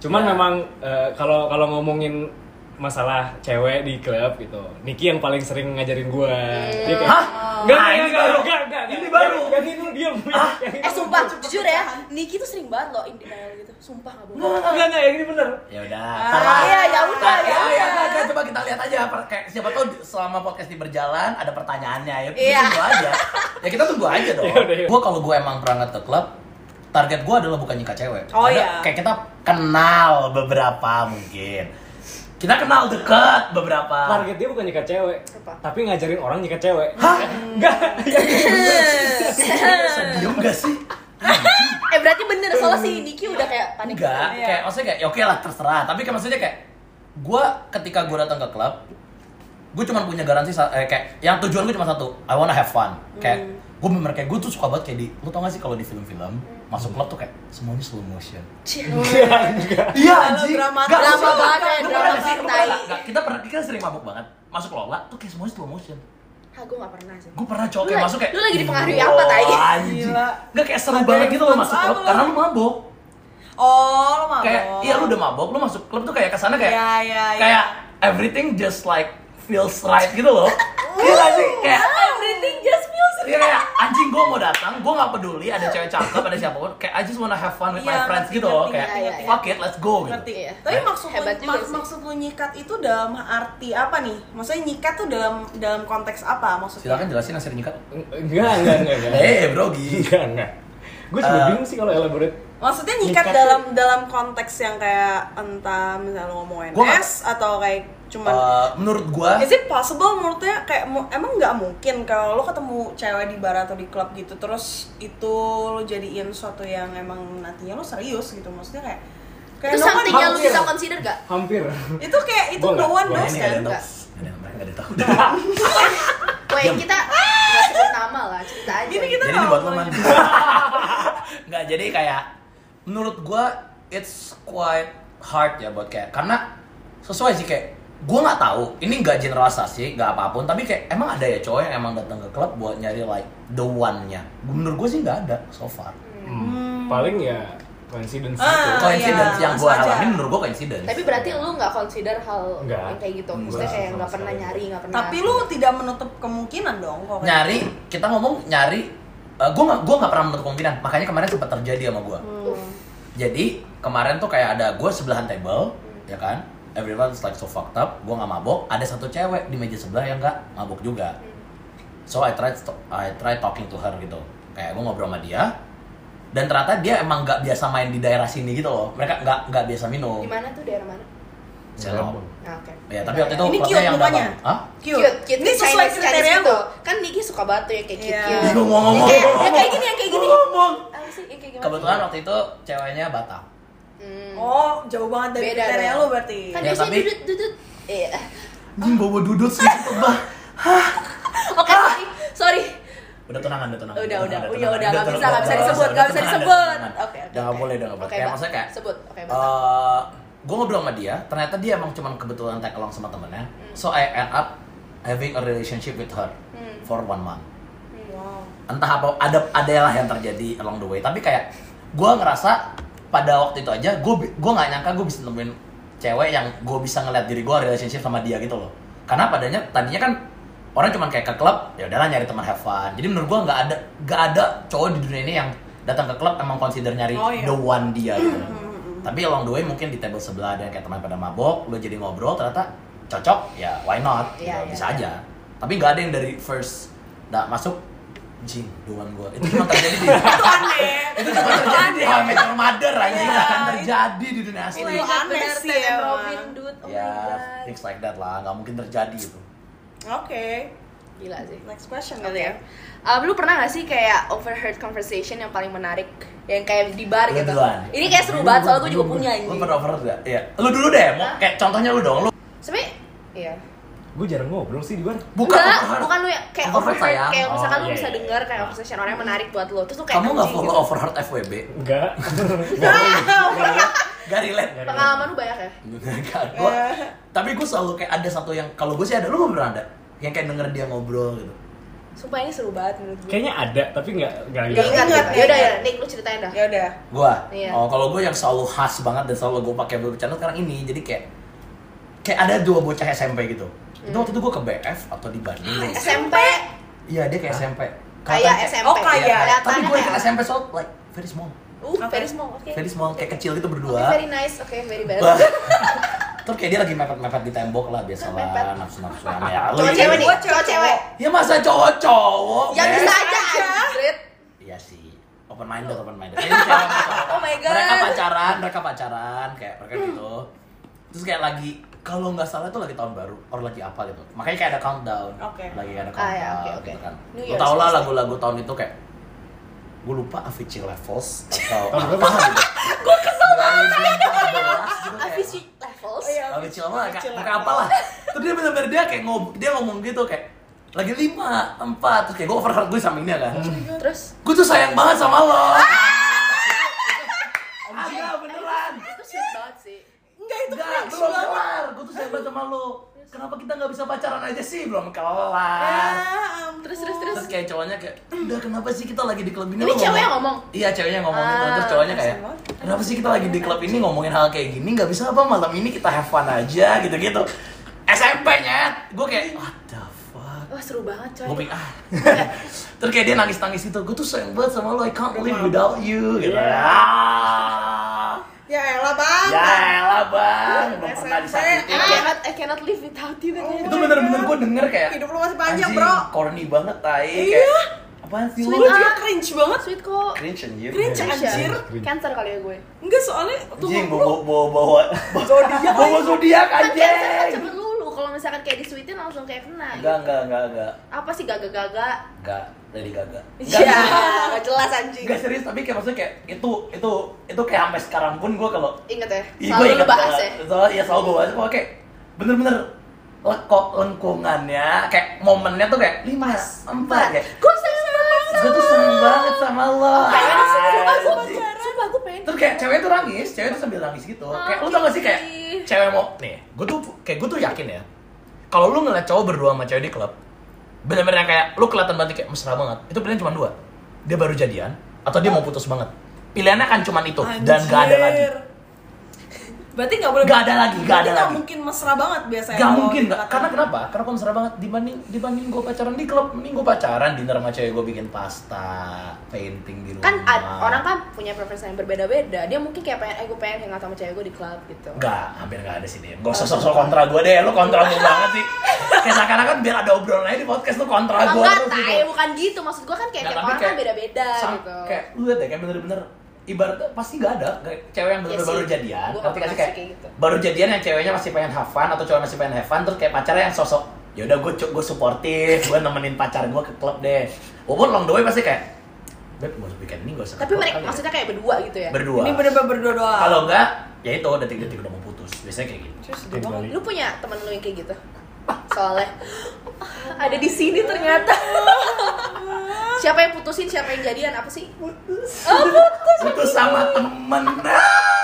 Cuman Ya. memang eh, kalau kalau ngomongin masalah cewek di klub gitu. Niki yang paling sering ngajarin gua. Iya kan? Dia kayak, Hah? Enggak, Ah, enggak, ini enggak, baru. enggak, enggak, enggak. Ini baru. Yang, yang ini lu diam. Yang ini Eh lu- sumpah, jujur ya, Niki tuh sering banget loh in denial gitu. Sumpah nggak bohong. Enggak, enggak, yang ini bener. Ya udah. Ah, iya, ya udah, Nah, ya ya, ya, udah. ya, coba kita lihat aja per- kayak siapa tahu di- selama podcast ini berjalan ada pertanyaannya ya. Iya. Kita tunggu aja. Ya kita tunggu aja dong. Ya udah, ya. Gua kalau gua emang berangkat ke klub, target gua adalah bukan nyika cewek. Oh, iya. Ada- Kayak kita kenal beberapa mungkin. Kita kenal dekat beberapa. Ah. Target dia bukan nyikat cewek, Apa? tapi ngajarin orang nyikat cewek. Hah? Enggak. Sedih enggak sih? Eh berarti bener soalnya si Niki udah kayak panik. Enggak, Iya. kayak maksudnya kayak ya oke lah terserah, tapi kayak maksudnya kayak gua ketika gua datang ke klub gue cuma punya garansi sa- eh, kayak yang tujuan gue cuma satu I wanna have fun kayak Hmm. gue bener kayak gue tuh suka banget kayak di lu tau gak sih kalau di film-film masuk klub tuh kayak semuanya slow motion Enggak, enggak. Iya, anjing. Drama- Nggak, drama maksud gua, banget ya, drama lu pernah nggak sih? Lu pernah banget, nggak? tai. Nggak, kita pernah kita sering mabuk banget masuk lola tuh kayak semuanya slow motion Ah gue nggak pernah sih. gue pernah cowok Lu kayak lagi- masuk kayak lu lagi dipengaruhi apa, tai? "Wah, anjing Gila. nggak kayak seru Ada banget gitu lo influence masuk klub apa lu? karena lu mabuk Oh, lu mau. kayak iya lu udah mabok lu masuk klub tuh kayak kesana kayak Iya, iya, iya. kayak everything just like feels right gitu loh iya gak sih kayak Everything Ah, just feels dia kayak anjing gue mau datang gue nggak peduli ada cewek cakep ada siapapun kayak I just wanna have fun with Iya, my friends ngerti, gitu loh ngerti, Iya, kayak ngerti, ngerti. fuck it let's go gitu ngerti Iya. tapi maksud lu, Hebat juga mak- sih. maksud lu nyikat itu dalam arti apa nih maksudnya nyikat tuh dalam dalam konteks apa maksudnya silakan jelasin hasil nyikat Enggak, enggak, enggak, enggak. eh brogi Enggak, enggak. Gue juga Eh. bingung sih kalau elaborate maksudnya nyikat, Nyikat tuh- dalam dalam konteks yang kayak entah misalnya lu ngomongin Gua nggak- es atau kayak cuman Eh, menurut gue Ah. Is it possible menurutnya kayak mu- emang nggak mungkin kalau lo ketemu cewek di bar atau di klub gitu terus itu lo jadiin suatu yang emang nantinya lo serius gitu maksudnya kayak kayak Itu no one- something yang lu Hampir. bisa consider gak? hampir. itu kayak itu Gua no nggak- one gua knows kan ini nggak ada yang tahu enggak. Nggak ada yang- nggak ada yang tahu Weh kita nggak sebut nama lah, cerita aja. Ini kita- jadi ini buat lo nggak nanti nggak jadi kayak menurut gua it's quite hard ya buat kayak karena sesuai sih kayak gue nggak tahu ini nggak generalisasi nggak apapun tapi kayak emang ada ya cowok yang emang datang ke klub buat nyari like the one nya menurut gue sih nggak ada so far Hmm, paling ya coincidence Ah. gitu. coincidence iya, yang gue langsung aja. alami menurut gue coincidence Tapi berarti lu nggak consider hal Nggak. yang kayak gitu. Maksudnya Nggak, kayak sama nggak pernah sekali. nyari, nggak pernah. Tapi lu tidak menutup kemungkinan dong gitu. kok. Nah. nyari kita ngomong nyari gue nggak gue nggak pernah menutup kemungkinan makanya kemarin sempat terjadi sama gue Hmm. jadi kemarin tuh kayak ada gue sebelahan table ya kan everyone's like so fucked up gue nggak mabok ada satu cewek di meja sebelah yang nggak mabok juga so I tried sto- I tried talking to her gitu kayak gue ngobrol sama dia dan ternyata dia emang nggak biasa main di daerah sini gitu loh mereka nggak nggak biasa minum Di mana tuh daerah mana? Celok. Nah, oke. ya tapi waktu itu Ini klubnya cute yang mukanya. datang. Hah? Cute. cute. Ini sesuai Chinese- Chinese kriteria gitu. lu. Kan Niki suka batu ya kayak cute. Iya. cute. Lu Yang ngomong, ngomong, kayak- ngomong, yang kayak gini, yang kayak gini. Ngomong. Apa sih? Yang kayak gimana? kebetulan waktu itu ceweknya Batak Hmm. Oh, iya. jauh banget dari Beda kriteria dong. lu berarti. Kan Ya, biasanya tapi- dudut dudut. Iya. Anjing bawa dudut sih tebah. Oke, Eh, sorry. Sorry. Udah tunangan, udah tunangan. Udah, udah. Udah, tunangan, udah, nggak tunangan, bisa, nggak bisa udah, disebut, nggak udah bisa tunangan, disebut. udah tunangan. Oke, oke, Udah nggak oke. boleh, udah nggak boleh. Oke, Kayak Bang. maksudnya kayak Sebut. Oke, Bang. eh, gue ngobrol sama dia, ternyata dia emang cuman kebetulan tag along sama temennya. So I end up having a relationship with her Hmm. for one month. Wow. Entah apa ada adalah yang terjadi along the way, tapi kayak gue ngerasa pada waktu itu aja gue gue nggak nyangka gue bisa nemuin cewek yang gue bisa ngeliat diri gue relationship sama dia gitu loh karena padanya tadinya kan orang cuman kayak ke klub ya udahlah nyari teman have fun jadi menurut gue nggak ada nggak ada cowok di dunia ini yang datang ke klub emang consider nyari Oh, iya. the one dia gitu loh. tapi along the way mungkin di table sebelah ada yang kayak teman pada mabok lo jadi ngobrol ternyata cocok ya why not gitu, Iya, iya. bisa aja tapi nggak ada yang dari first nggak masuk jing the one gue itu cuma terjadi di Itu aneh. itu cuma terjadi di How I Met Your Mother anjing Iya. akan terjadi di dunia asli Itu Iya, aneh bener, sih Ted and emang. Robin, dude. Oh my ya God. things like that lah nggak mungkin terjadi itu Oke. Gila sih. Next question Oke. kali ya. Um, lu pernah gak sih kayak overheard conversation yang paling menarik? Yang kayak di bar Lu gitu? duluan. Ini kayak seru banget, soalnya gue juga punya lu anjing. pernah over gak? Iya. lu dulu deh mau kayak contohnya lu dong lu Sebenernya, iya. Gue jarang ngobrol sih di bar. bukan Enggak, over. bukan lu ya, kayak Overheard, overheard, sayang. kayak Oh, misalkan lu iya, bisa iya. denger kayak conversation orang yang menarik buat lu Terus lu kayak kamu nggak anjing follow gitu. overheard FWB Enggak. Enggak. gak relate Nggak relate. Pengalaman lu banyak ya? Nggak, gua, Iya. tapi gue selalu kayak ada satu yang kalau gue sih ada lu nggak pernah ada yang kayak denger dia ngobrol gitu Sumpah ini seru banget menurut gue Kayaknya ada, tapi enggak enggak Gak ingat. ingat, Ingat, ya udah ya, ingat. Nick lu ceritain dah Ya udah. gue Iya. oh kalau gue yang selalu khas banget dan selalu gue pakai buat bercanda sekarang ini jadi kayak kayak ada dua bocah SMP gitu itu Hmm. waktu itu gue ke BF atau di Bandung SMP, iya dia kayak SMP kayak Kelihatan- SMP Oh, kayak. Iya, kayak- tapi Kelihatannya gue kayak- SMP so like very small Uh, Apa? very small, oke very small kayak kecil gitu Oke, berdua very nice, oke, very Wah. balanced terus kayak dia lagi mepet-mepet di tembok lah biasalah Mepet. nafsu-nafsuan ya lu Cowok ini- cewek nih, Gua cowok cewek ya masa cowok-cowok Yang Beb? bisa aja, Aja. anjrit Iya sih. Open minded, open minded. Jadi kayak Oh my God. Mereka pacaran, mereka pacaran kayak mereka gitu. Terus kayak lagi kalau nggak salah itu lagi tahun baru or lagi apa gitu. Makanya kayak ada countdown. Oke. Lagi ada Ah, countdown ya, oke, oke. gitu kan. New Lu Year's tau lah pasti. lagu-lagu tahun itu kayak gue lupa Avicii Levels atau gitu apa Tahun berapa? gitu. Gue kesel banget Abis you- levels iya. Lalu Cila mah kayak Cila. bukan apalah. Terus dia benar-benar dia kayak ngomong dia ngomong gitu kayak lagi lima empat terus kayak gue overheard gue sampingnya kan. Terus Gue tuh sayang banget sama lo. Agak beneran. Itu sweet banget sih Enggak itu Enggak, cringe belum banget. kelar. Gue tuh sayang banget sama lo. Kenapa kita nggak bisa pacaran aja sih? Belum kelar. Ya ampun. Terus, terus, terus Terus kayak cowoknya kayak, udah kenapa sih kita lagi di klub ini? Ini lo ceweknya ngomong? Iya ceweknya ngomong gitu. Ah, Terus cowoknya kayak, sama. kenapa sih kita lagi di klub ini ngomongin hal kayak gini? Gak bisa apa malam ini kita have fun aja gitu-gitu. SMP-nya, gue kayak, what the fuck? Wah seru banget coy gue ah terus kayak dia nangis nangis gitu gue tuh sayang banget sama lo I can't live without you gitu Iya. Ah. Ya elah, Bang. ya elah bang belum pernah SMP. I disakitin cannot, I cannot live without you Oh kan itu my bener-bener God. gue denger kayak Hidup lu masih panjang, anjing, Bro. corny banget tai Iya. kayak apaan sih Lu lu juga cringe banget. Sweet kok cringe anjir Cringe, anjir. Cancer kali ya gue Enggak soalnya tuh anjing bawa bawa bawa Zodiac. bawa zodiak Kan cancer kan anjing cepet lulu Kalau misalkan kayak disuitin langsung kayak kena enggak enggak enggak enggak Apa sih gaga-gaga enggak dari gaga Iya, gak jelas anjing Enggak serius tapi kayak maksudnya kayak itu itu itu kayak sampai sekarang pun gue kalau Ingat ya, Iya, selalu gua lu ingat bahas ya banget. Soalnya ya selalu gue bahas. Pokoknya kayak bener-bener lekok lengkungannya, kayak momennya tuh kayak lima, empat, kayak Gue serius banget gue ya. tuh seneng banget sama lo. Kayaknya Anjing. sumpah, sumpah, sumpah, enggak gue pengen Terus kayak cewek tuh nangis, cewek tuh sambil nangis gitu. Ah, kayak lu tau gak sih Kiki. kayak cewek mau nih, gue tuh kayak gue tuh yakin ya. Kalau lu ngeliat cowok berdua sama cewek di klub, bener-bener yang kayak lu kelihatan banget kayak mesra banget. Itu pilihan cuma dua. Dia baru jadian atau dia mau putus banget. Pilihannya kan cuma itu dan gak ada lagi. Anjir. Berarti nggak boleh. Nggak ada lagi, nggak Berarti ada nggak lagi. mungkin mesra banget biasanya. Gak kalau mungkin, gak. dikatakan. karena kenapa? Karena gue mesra banget dibanding dibanding gue pacaran di klub, mending gue pacaran dinner sama cewek gue bikin pasta, painting di rumah. kan ad- orang kan punya preferensi yang berbeda-beda dia mungkin kayak pengen eh gue pengen hangout sama cewek gue di club gitu Enggak, hampir enggak ada sih dia. Gak usah sosok kontra gue deh, lu kontra gue banget sih. Kayak seakan-akan biar ada obrolan aja di podcast lu kontra gue enggak terus tai gitu. bukan gitu maksud gue kan kayak Nggak, tiap tapi orang kan kayak beda-beda Sam- gitu Kayak lu liat deh, kayak bener-bener ibaratnya pasti gak ada kayak cewek yang bener-bener Iya baru sih. jadian. Gua Nanti pernah kasih sih kayak kayak gitu. baru jadian yang ceweknya masih pengen have fun atau cowok masih pengen have fun terus kayak pacarnya yang sosok ya udah gue gue supportif, gue nemenin pacar gue ke klub deh. Walaupun long the way pasti kayak Beb, mau weekend ini gak usah ke tapi klub mereka kali ya." maksudnya kayak berdua gitu ya berdua. Ini bener-bener berdua doang. Kalau enggak, ya itu detik-detik udah mau putus. Biasanya kayak gitu. Terus Kayak Bali. lu punya temen lu yang kayak gitu soalnya ada di sini ternyata siapa yang putusin siapa yang jadian apa sih putus sama temen Nah,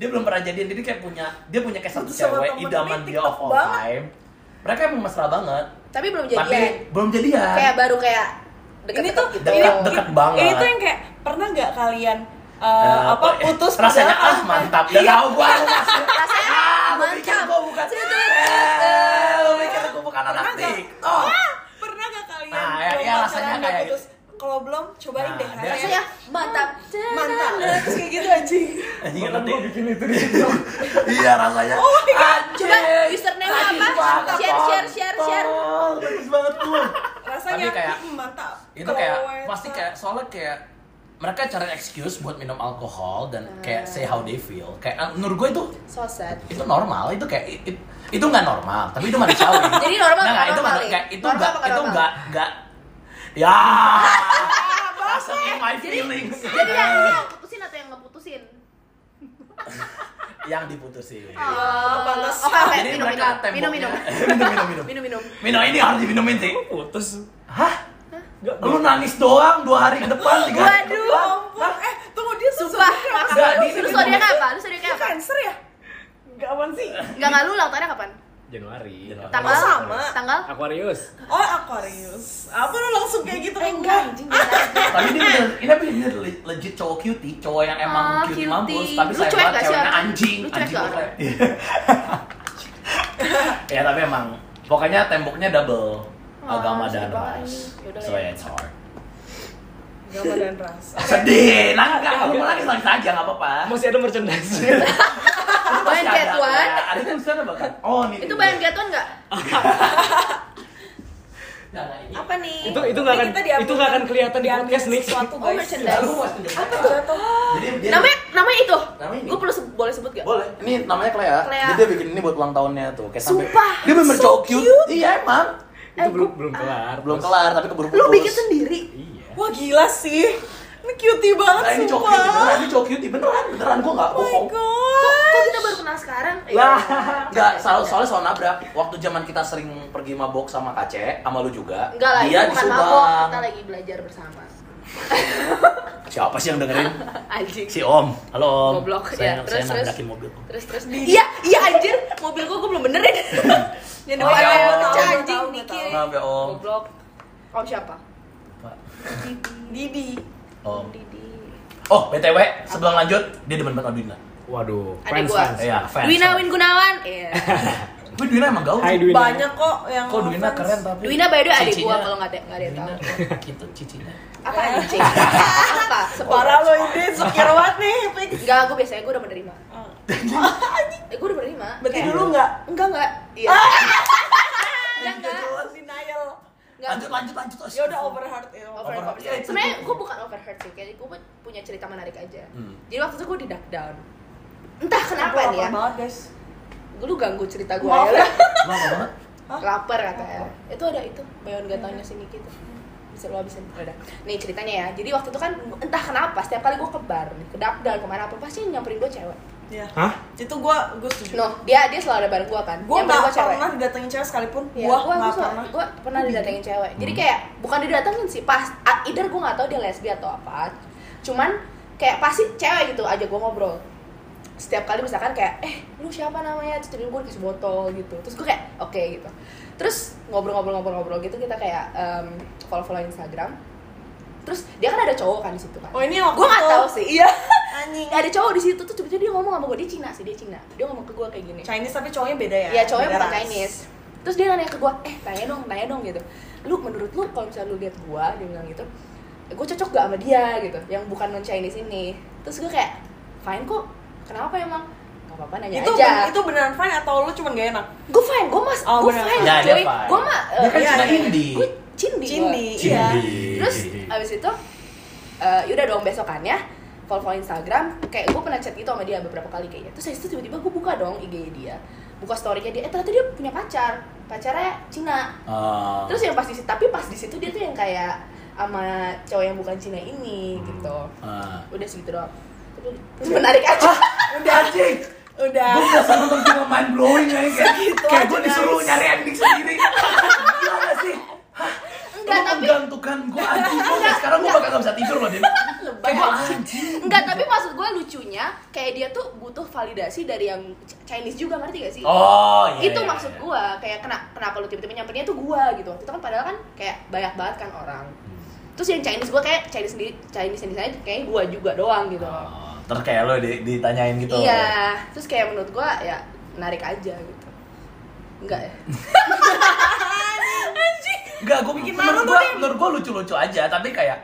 dia belum pernah jadian jadi kayak punya dia punya kayak satu Putus sama temen. cewek idaman Ini dia of TikTok all banget. time mereka emang mesra banget tapi belum tapi jadian belum ya. jadian kayak baru kayak ini deket-deket tuh gitu. dekat- ini- dekat banget. Ini tuh yang kayak pernah nggak kalian eh, Eh, apa putus rasanya padahal- kan. ah mantap udah tahu gua rasanya ah lu pikir mantap gua bukan eh lu pikir gua bukan anak Pernah Oh. nggak? Ah, tiktok pernah nggak kalian Nah, ya- belum ya pacaran rasanya nggak kayak- putus kalau belum cobain Nah, deh dia- rasanya mantap mantap terus kayak gitu anjing anjing Bahkan ngerti gua bikin itu di Eh, iya rasanya Oh my God. Coba username Anjing, apa? mantap, Share, share, share, share. kontol. bagus banget tuh rasanya Tapi kayak- "Hmm, mantap itu Kalau kayak Weta- pasti kayak soalnya kayak mereka cari excuse buat minum alkohol dan kayak say how they feel kayak eh, menurut gue itu so sad itu normal itu kayak it- it- itu nggak normal tapi itu manusiawi Jadi normal Nah, nggak itu normal, nggak- Li? kayak itu Normal nggak apa nggak itu normal? nggak nggak ya Rasain my feelings jadi yang yang ngeputusin atau yang ngeputusin yang diputusin oh, pantas. oke oke Jadi minum mereka minum minum minum temboknya- minum minum minum minum minum minum ini harus diminumin sih putus hah Nggak, lu nangis doang dua hari ke depan tiga hari ke Ya Waduh. depan. ampun eh tunggu dia sumpah sesungguhnya makan Nggak, lu. di sini lu zodiak ngomongnya- apa lu zodiak dia apa cancer ya Gak aman sih nggak nggak lu ulang tahunnya kapan Januari. Januari. tanggal Oh, sama. tanggal Aquarius. oh Aquarius apa lu langsung kayak gitu enggak tapi dia bener, ini tapi bener le- legit cowok cutie, cowok yang Ah, emang cutie, cutie. mampus, tapi Lu saya cuek banget gak sih ceweknya orang? anjing, Lu cuek anjing gak gue orang? kayak- ya tapi emang, pokoknya temboknya double, agama sedih dan banget ini. Ah, ras, Yaudah so lah ya. yeah, it's hard. Gama dan ras Sedih, nangis nggak? Lu lagi nangis aja nggak apa-apa. Ah, Masih ada merchandise. Itu pasti Bayang ada, get one. kayak Ada kan sana bahkan. Oh nih. itu bayang gatuan nggak Nah, nah, ini. apa nih Itu- itu nggak akan- Kita diambil- itu nggak akan kelihatan di diambil podcast nih. sesuatu Oh, guys merchandise. Nah, lu mau tunjuk apa apa? jatuh Jadi dia- namanya namanya itu Namanya ini. gue perlu se- boleh sebut gak Boleh. Ini namanya Clea. Clea. Jadi dia bikin ini buat ulang tahunnya tuh. Kayak sampai. Sumpah, Dia bener so cowok cute. cute. Iya emang. itu belum belum kelar. Belum Terus- kelar tapi keburu putus. lu bikin sendiri Iya. wah gila sih ini cutie banget Nah, ini cowok sumpah cutie beneran, ini cowok cutie beneran, beneran gua enggak oh my bohong. god kok kita baru kenal sekarang Eh, Lah, iya. enggak, soal, soalnya soal nabrak. Waktu zaman kita sering pergi mabok sama Kace, sama lu juga. enggak lah dia itu bukan disubang. mabok kita lagi belajar bersama Siapa sih yang dengerin? anjing Si Om. Halo Om. Goblok, saya, ya. Terus, saya terus. nabrakin mobil. terus terus iya iya anjir mobil gua gue belum benerin yang depan Oh, iya, yang gua pecah, tahu, anjing gua tahu, Niki gua Maaf ya Om. goblok om siapa Pak. Didi Om. Didi Oh, BTW, sebelum lanjut, dia demen banget sama Dwina. Waduh. Ada Fans gua. fans. Iya, fans. Dwina Win Gunawan iya Tapi Dwina emang gaul. Hai sih. Dwina. banyak kok yang Kok Dwina fans. keren tapi Dwina by the way adik gua cicinya- kalau nggak ada nggak ada yang tahu Eh. Dwina, gitu cicinya. apa anjing apa separa parah lo ini sekir banget nih Pik. enggak gue biasanya gue udah menerima eh, gue udah menerima berarti Kayak- gitu. dulu nggak enggak enggak iya enggak enggak denial enggak Lanjut lanjut lanjut. ya udah overheard ya Overheard. Overheard. Ya, itu Sebenarnya tuh. gue bukan overheard sih, kayak gue punya cerita menarik aja. Hmm. Jadi waktu itu gue di duck down. Entah kenapa nih ya, banget guys gue lu ganggu cerita gue Maaf. ya. Lama banget. Hah? Lapar katanya. Itu ada itu, bayon gatanya sini gitu. Bisa lu habisin udah. Nih ceritanya ya. Jadi waktu itu kan entah kenapa setiap kali gue ke bar, nih, ke duck down kemana pun pasti yang nyamperin gue cewek. ya Hah? itu gua gua setuju No, dia dia selalu ada bareng gue kan. gua Nyamperin nggak gua cewek. pernah didatengin cewek sekalipun Ya, gua gua nggak gua pernah gua pernah gitu. didatengin Hmm. cewek. Jadi kayak bukan didatengin sih, pas a- either gua nggak tahu dia lesbi atau apa. Cuman kayak pasti cewek gitu aja gue ngobrol setiap kali misalkan kayak eh lu siapa namanya terus tiba-tiba gue dikasih botol gitu terus gue kayak oke gitu terus ngobrol-ngobrol-ngobrol-ngobrol gitu kita kayak em, follow-follow Instagram terus dia kan ada cowok kan di situ kan Oh, ini waktu gue nggak itu. tahu sih iya Anjing. ada cowok di situ tuh tiba-tiba dia ngomong sama gue dia Cina sih dia Cina dia ngomong ke gue kayak gini Chinese tapi cowoknya beda ya? Iya cowoknya Beda bukan ras. Chinese. Terus dia nanya ke gue, eh tanya dong, tanya dong gitu. Lu menurut lu kalau misalnya lu lihat gue, dia bilang gitu, gue cocok gak sama dia gitu, yang bukan non Chinese ini. Terus gue kayak, fine kok, kenapa emang? Gak apa-apa nanya Itu Iya, aja. ben- itu beneran fine atau lu cuman gak enak? gue fine, gue mas, Oh, gue bener. fine, Ya, dia cuy. fine. Gue mah, Dia kan Iya, Cina iya. Indi. gue cindi, gua. Cindi, iya. Terus abis itu, eh, yaudah dong besokannya, follow-follow Instagram, kayak gue pernah chat gitu sama dia beberapa kali kayaknya. Terus habis itu tiba-tiba gue buka dong IG dia, buka story-nya dia, eh ternyata dia punya pacar, pacarnya Cina. Ah. Terus ya? yang pas di situ, tapi pas di situ dia tuh yang kayak sama cowok yang bukan Cina ini gitu. Ah. Udah segitu doang. Itu- Itu menarik aja. Udah anjing. Udah. Gue udah satu nonton film mind blowing eh. aja kayak kayak aja, gue disuruh guys. nyari ending sendiri. Gila gak sih? Enggak, Lu tapi- menggantungkan gue anjing Gua kayak Sekarang gue bakal gak bisa tidur loh Din. Lebay banget. Enggak, tapi maksud gue lucunya kayak dia tuh butuh validasi dari yang C- Chinese juga ngerti gak sih? Oh, iya. itu iya, maksud iya. gue kayak kena, kenapa lu tiba-tiba nyamperinnya tuh gue gitu waktu itu kan padahal kan kayak banyak banget kan orang Hmm. terus yang Chinese gue kayak Chinese sendiri Chinese yang di sana kayaknya gue juga doang gitu loh. Oh, terus kayak lo di- ditanyain gitu. Iya, terus kayak menurut gua ya menarik aja gitu. Enggak ya? Enggak, gue bikin Bikin menurut malu gue, deh. menurut gue lucu-lucu aja, tapi kayak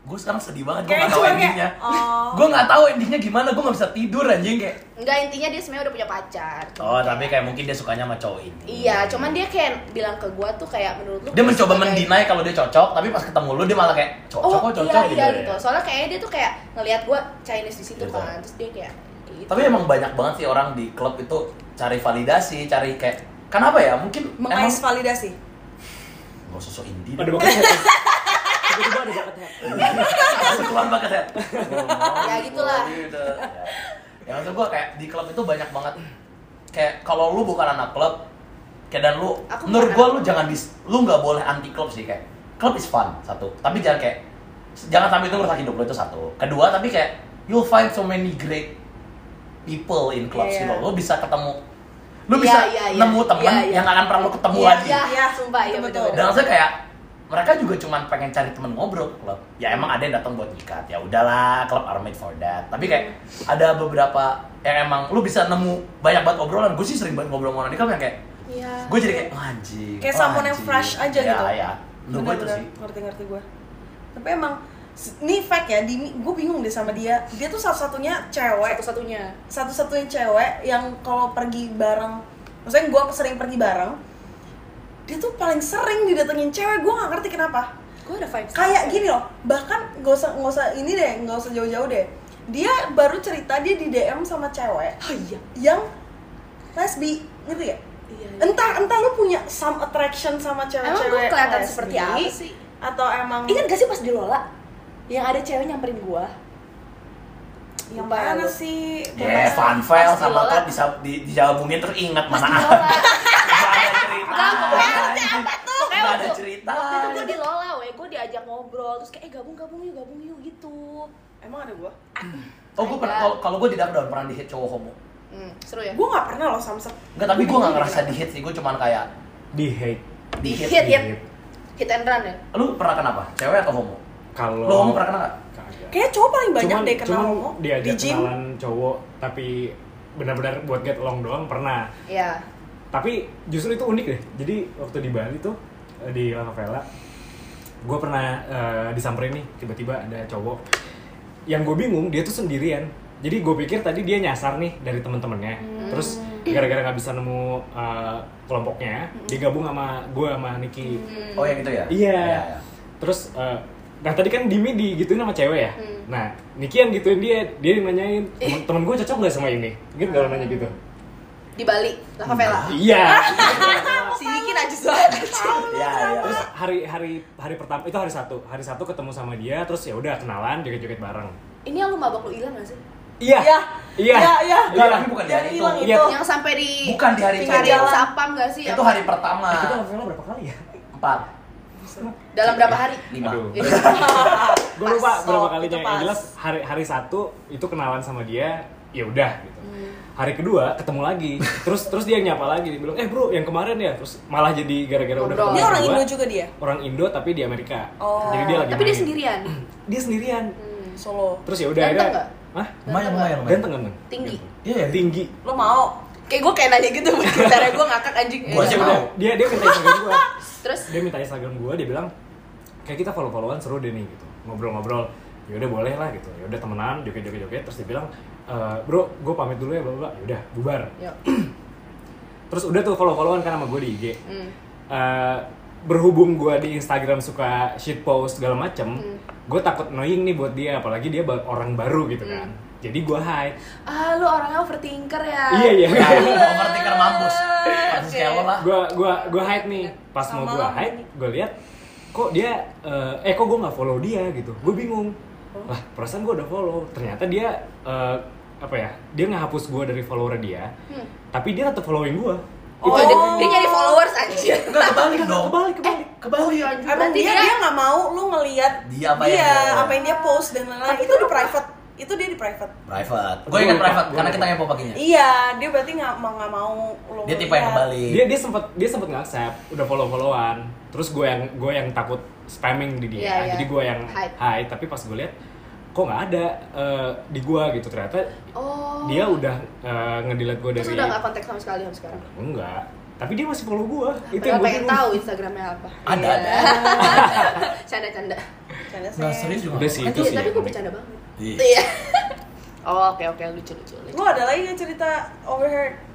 gue sekarang sedih banget gue Kayak nggak tahu cuma kayak, endingnya. oh. Gue nggak tahu endingnya gimana, gue nggak bisa tidur anjing kayak. Enggak intinya dia sebenarnya udah punya pacar. Oh, tapi kayak mungkin dia sukanya sama cowok ini. Iya, cuman dia kayak bilang ke gua tuh kayak menurut lu Dia mencoba sebagai- mendinai kalau dia cocok, tapi pas ketemu lu dia malah kayak cocok Oh, kok cocok iya, iya ya. gitu. Soalnya kayaknya dia tuh kayak ngelihat gua Chinese di situ Gitu. kan. Terus dia kayak gitu. Tapi emang banyak banget sih orang di klub itu cari validasi, cari kayak kenapa ya? Mungkin Mengais emang validasi. gak sosok indie. Ada Aduh, bakat head. Tiba-tiba ada bakat head. keluar banget ya. Ya, gitulah. Ya maksud gue kayak di klub itu banyak banget kayak kalau lu bukan anak klub kayak dan lu Aku menurut bukan gue anak lu jangan dis lu nggak boleh anti klub sih kayak klub is fun satu tapi jangan kayak jangan sampai itu merusak hidup lu itu satu kedua tapi kayak you'll find so many great people in clubs Iya, gitu iya. lu bisa ketemu lu Iya, bisa iya, iya. nemu temen Iya, iya. yang akan pernah lu ketemu Iya, lagi iya, Iya, sumpah iya betul-betul. betul. dan maksudnya kayak mereka juga cuman pengen cari temen ngobrol ke klub. Ya emang ada yang datang buat nyikat. Ya udahlah, klub are made for that. Tapi kayak ada beberapa yang emang lu bisa nemu banyak banget obrolan. Gue sih sering banget ngobrol sama orang di klub yang kayak Iya. gue jadi kayak "Wah, anjing. Kayak wah, someone yang anjing." fresh aja ya, gitu. Ya, Lu gue itu Bener-bener, sih. Ngerti-ngerti gue. Tapi emang ini fact ya, Dimi, gue bingung deh sama dia. Dia tuh satu-satunya cewek, satu-satunya. satu-satunya cewek yang kalau pergi bareng, maksudnya gue sering pergi bareng, dia tuh paling sering didatengin cewek. Gue nggak ngerti kenapa. Gua ada vibes. Kayak gini loh, bahkan nggak usah nggak usah ini deh, nggak usah jauh-jauh deh. Dia baru cerita dia di DM sama cewek Oh iya. yang lesbi, ngerti gak? Iya. iya. Entah entah lu punya some attraction sama cewek-cewek. Emang gue kelihatan lesbi, seperti apa sih? Atau emang Ingat gak sih pas di Lola yang ada cewek nyamperin gua? yang Lupa ya mana lu. sih? Ya, Pasti- fun file pasti sama lola. klub bisa di, dijawabungin terus ingat Pas mana di ada. Lola. Enggak, pokoknya apa cerita. tuh? Nggak ada Kayak cerita. Waktu itu gue di Lola, we. gue diajak ngobrol, terus kayak eh gabung gabung yuk gabung yuk gitu. Emang ada gua? Oh, gue pernah kalau- kalau gue di down pernah di hit cowok homo. Hmm, seru ya. Gua nggak pernah loh samsak. Enggak, tapi gue nggak ngerasa di hit sih. Gue cuman kayak Di hate. di hit. hit, hit, hit. hit and run ya. Lu pernah kenapa? Cewek atau homo? Kalau Lu homo pernah kena nggak? Kagak. Kayaknya cowok paling banyak cuman, deh kenal cuman homo di diajak gym. kenalan cowok tapi benar-benar buat get along doang pernah Iya. tapi justru itu unik deh jadi waktu di Bali tuh eh, di La Favela gue pernah eh, disamperin nih tiba-tiba ada cowok yang gue bingung dia tuh sendirian jadi gue pikir tadi dia nyasar nih dari temen-temennya Hmm. terus gara-gara nggak bisa nemu eh, kelompoknya Hmm. digabung sama gue sama Niki Oh yang itu ya? Iya. Ya, ya. Terus eh, nah tadi kan Dimi digituin sama cewek ya. Hmm. Nah, Niki yang gituin dia, dia yang nanyain, "Temen- temen gue cocok gak sama ini? Gitu kalau nanya gitu. Di Bali, La Favela. Iya. Si Niki najis banget. Ya, ya. terus hari hari hari pertama itu hari Sabtu. Hari Sabtu ketemu sama dia, terus ya udah kenalan, joget-joget bareng. Ini yang lu mabok lu hilang gak sih? Iya. Iya. Iya. Iya, iya. Enggak, Iya. tapi bukan di Yang hari itu. hilang Iya. itu. Yang sampai di Bukan di hari pinggir cewek. jalan sapam gak sih? Itu hari pertama. kan- Kita ngobrol berapa kali ya? Empat, Iya. dalam berapa hari? lima. Aduh. Iya. gue lupa Pas, berapa oh, kalinya itu yang pas. jelas hari hari satu itu kenalan sama dia ya udah gitu hari kedua ketemu lagi terus terus dia nyapa lagi dia bilang eh bro yang kemarin ya terus malah jadi gara-gara udah Ngobrol. ketemu Dia orang kedua, Indo juga dia? orang Indo tapi di Amerika Oh. jadi dia lagi Tapi dia main. Hmm. sendirian. Hmm. dia sendirian Solo. terus ya udah Ganteng akhirnya nggak? Hah? lumayan lumayan lumayan ganteng ganteng Tinggi. iya ya tinggi Lo mau? Kayak gue kayak nanya gitu buat gitarnya gue ngakak anjing. Gua aja Terus ya mau. udah, dia dia minta instagram gue Terus dia minta Instagram gue dia bilang kayak kita follow followan seru deh nih gitu ngobrol-ngobrol ya udah boleh lah gitu ya udah temenan joget joget joget terus dia bilang "E, bro gue pamit dulu ya bla bla bla." Ya udah bubar Yuk. terus udah tuh follow followan kan sama gue di IG Hmm. Eh, berhubung gue di Instagram suka shit post segala macem gue takut annoying nih buat dia apalagi dia ba- orang baru gitu kan jadi gue high Ah, lu orangnya overthinker ya. iya iya Ya, overthinker mampus Persis Oke. kayak lo lah gua gua gua hide nih pas mau Sama gua lah. hide gua lihat kok dia eh, eh kok gua nggak follow dia gitu gua bingung Oh. lah perasaan gua udah follow ternyata dia eh, apa ya dia ngehapus gua dari follower dia tapi dia tetap following gua Hmm. Oh, dia, dia nyari followers aja. enggak kebalik dong kebalik kebalik Oh, kebalik Emang Berarti dia iya, dia- dia nggak mau lu ngelihat Dia apa yang dia, dia- apa yang dia post dan lain-lain. Itu di private. Itu dia di private. private gue ingat private karena kita ngepo paginya Iya, dia berarti nggak mau nggak mau lu. dia tipe yang ngeliat. kebalik dia dia sempat dia sempat nggak accept udah follow followan terus gue yang gue yang takut spamming di dia Iya, iya. jadi gue yang Hide. hide tapi pas gue lihat kok nggak ada eh, di gue gitu ternyata Oh. dia udah eh, ngedelete gue dari Terus udah gak kontak sama sekali sampai sekarang. Enggak. Tapi dia masih follow gua. Itu Padahal yang gua pengen bingung. tahu Instagramnya apa. ada ada Canda-canda. Canda nggak saya. serius juga Udah sih itu Tapi, sih. tapi yang gue unik. bercanda banget. Iya. Iya. Oh, oke oke lucu lucu. lucu. Lu ada lagi nggak cerita overheard?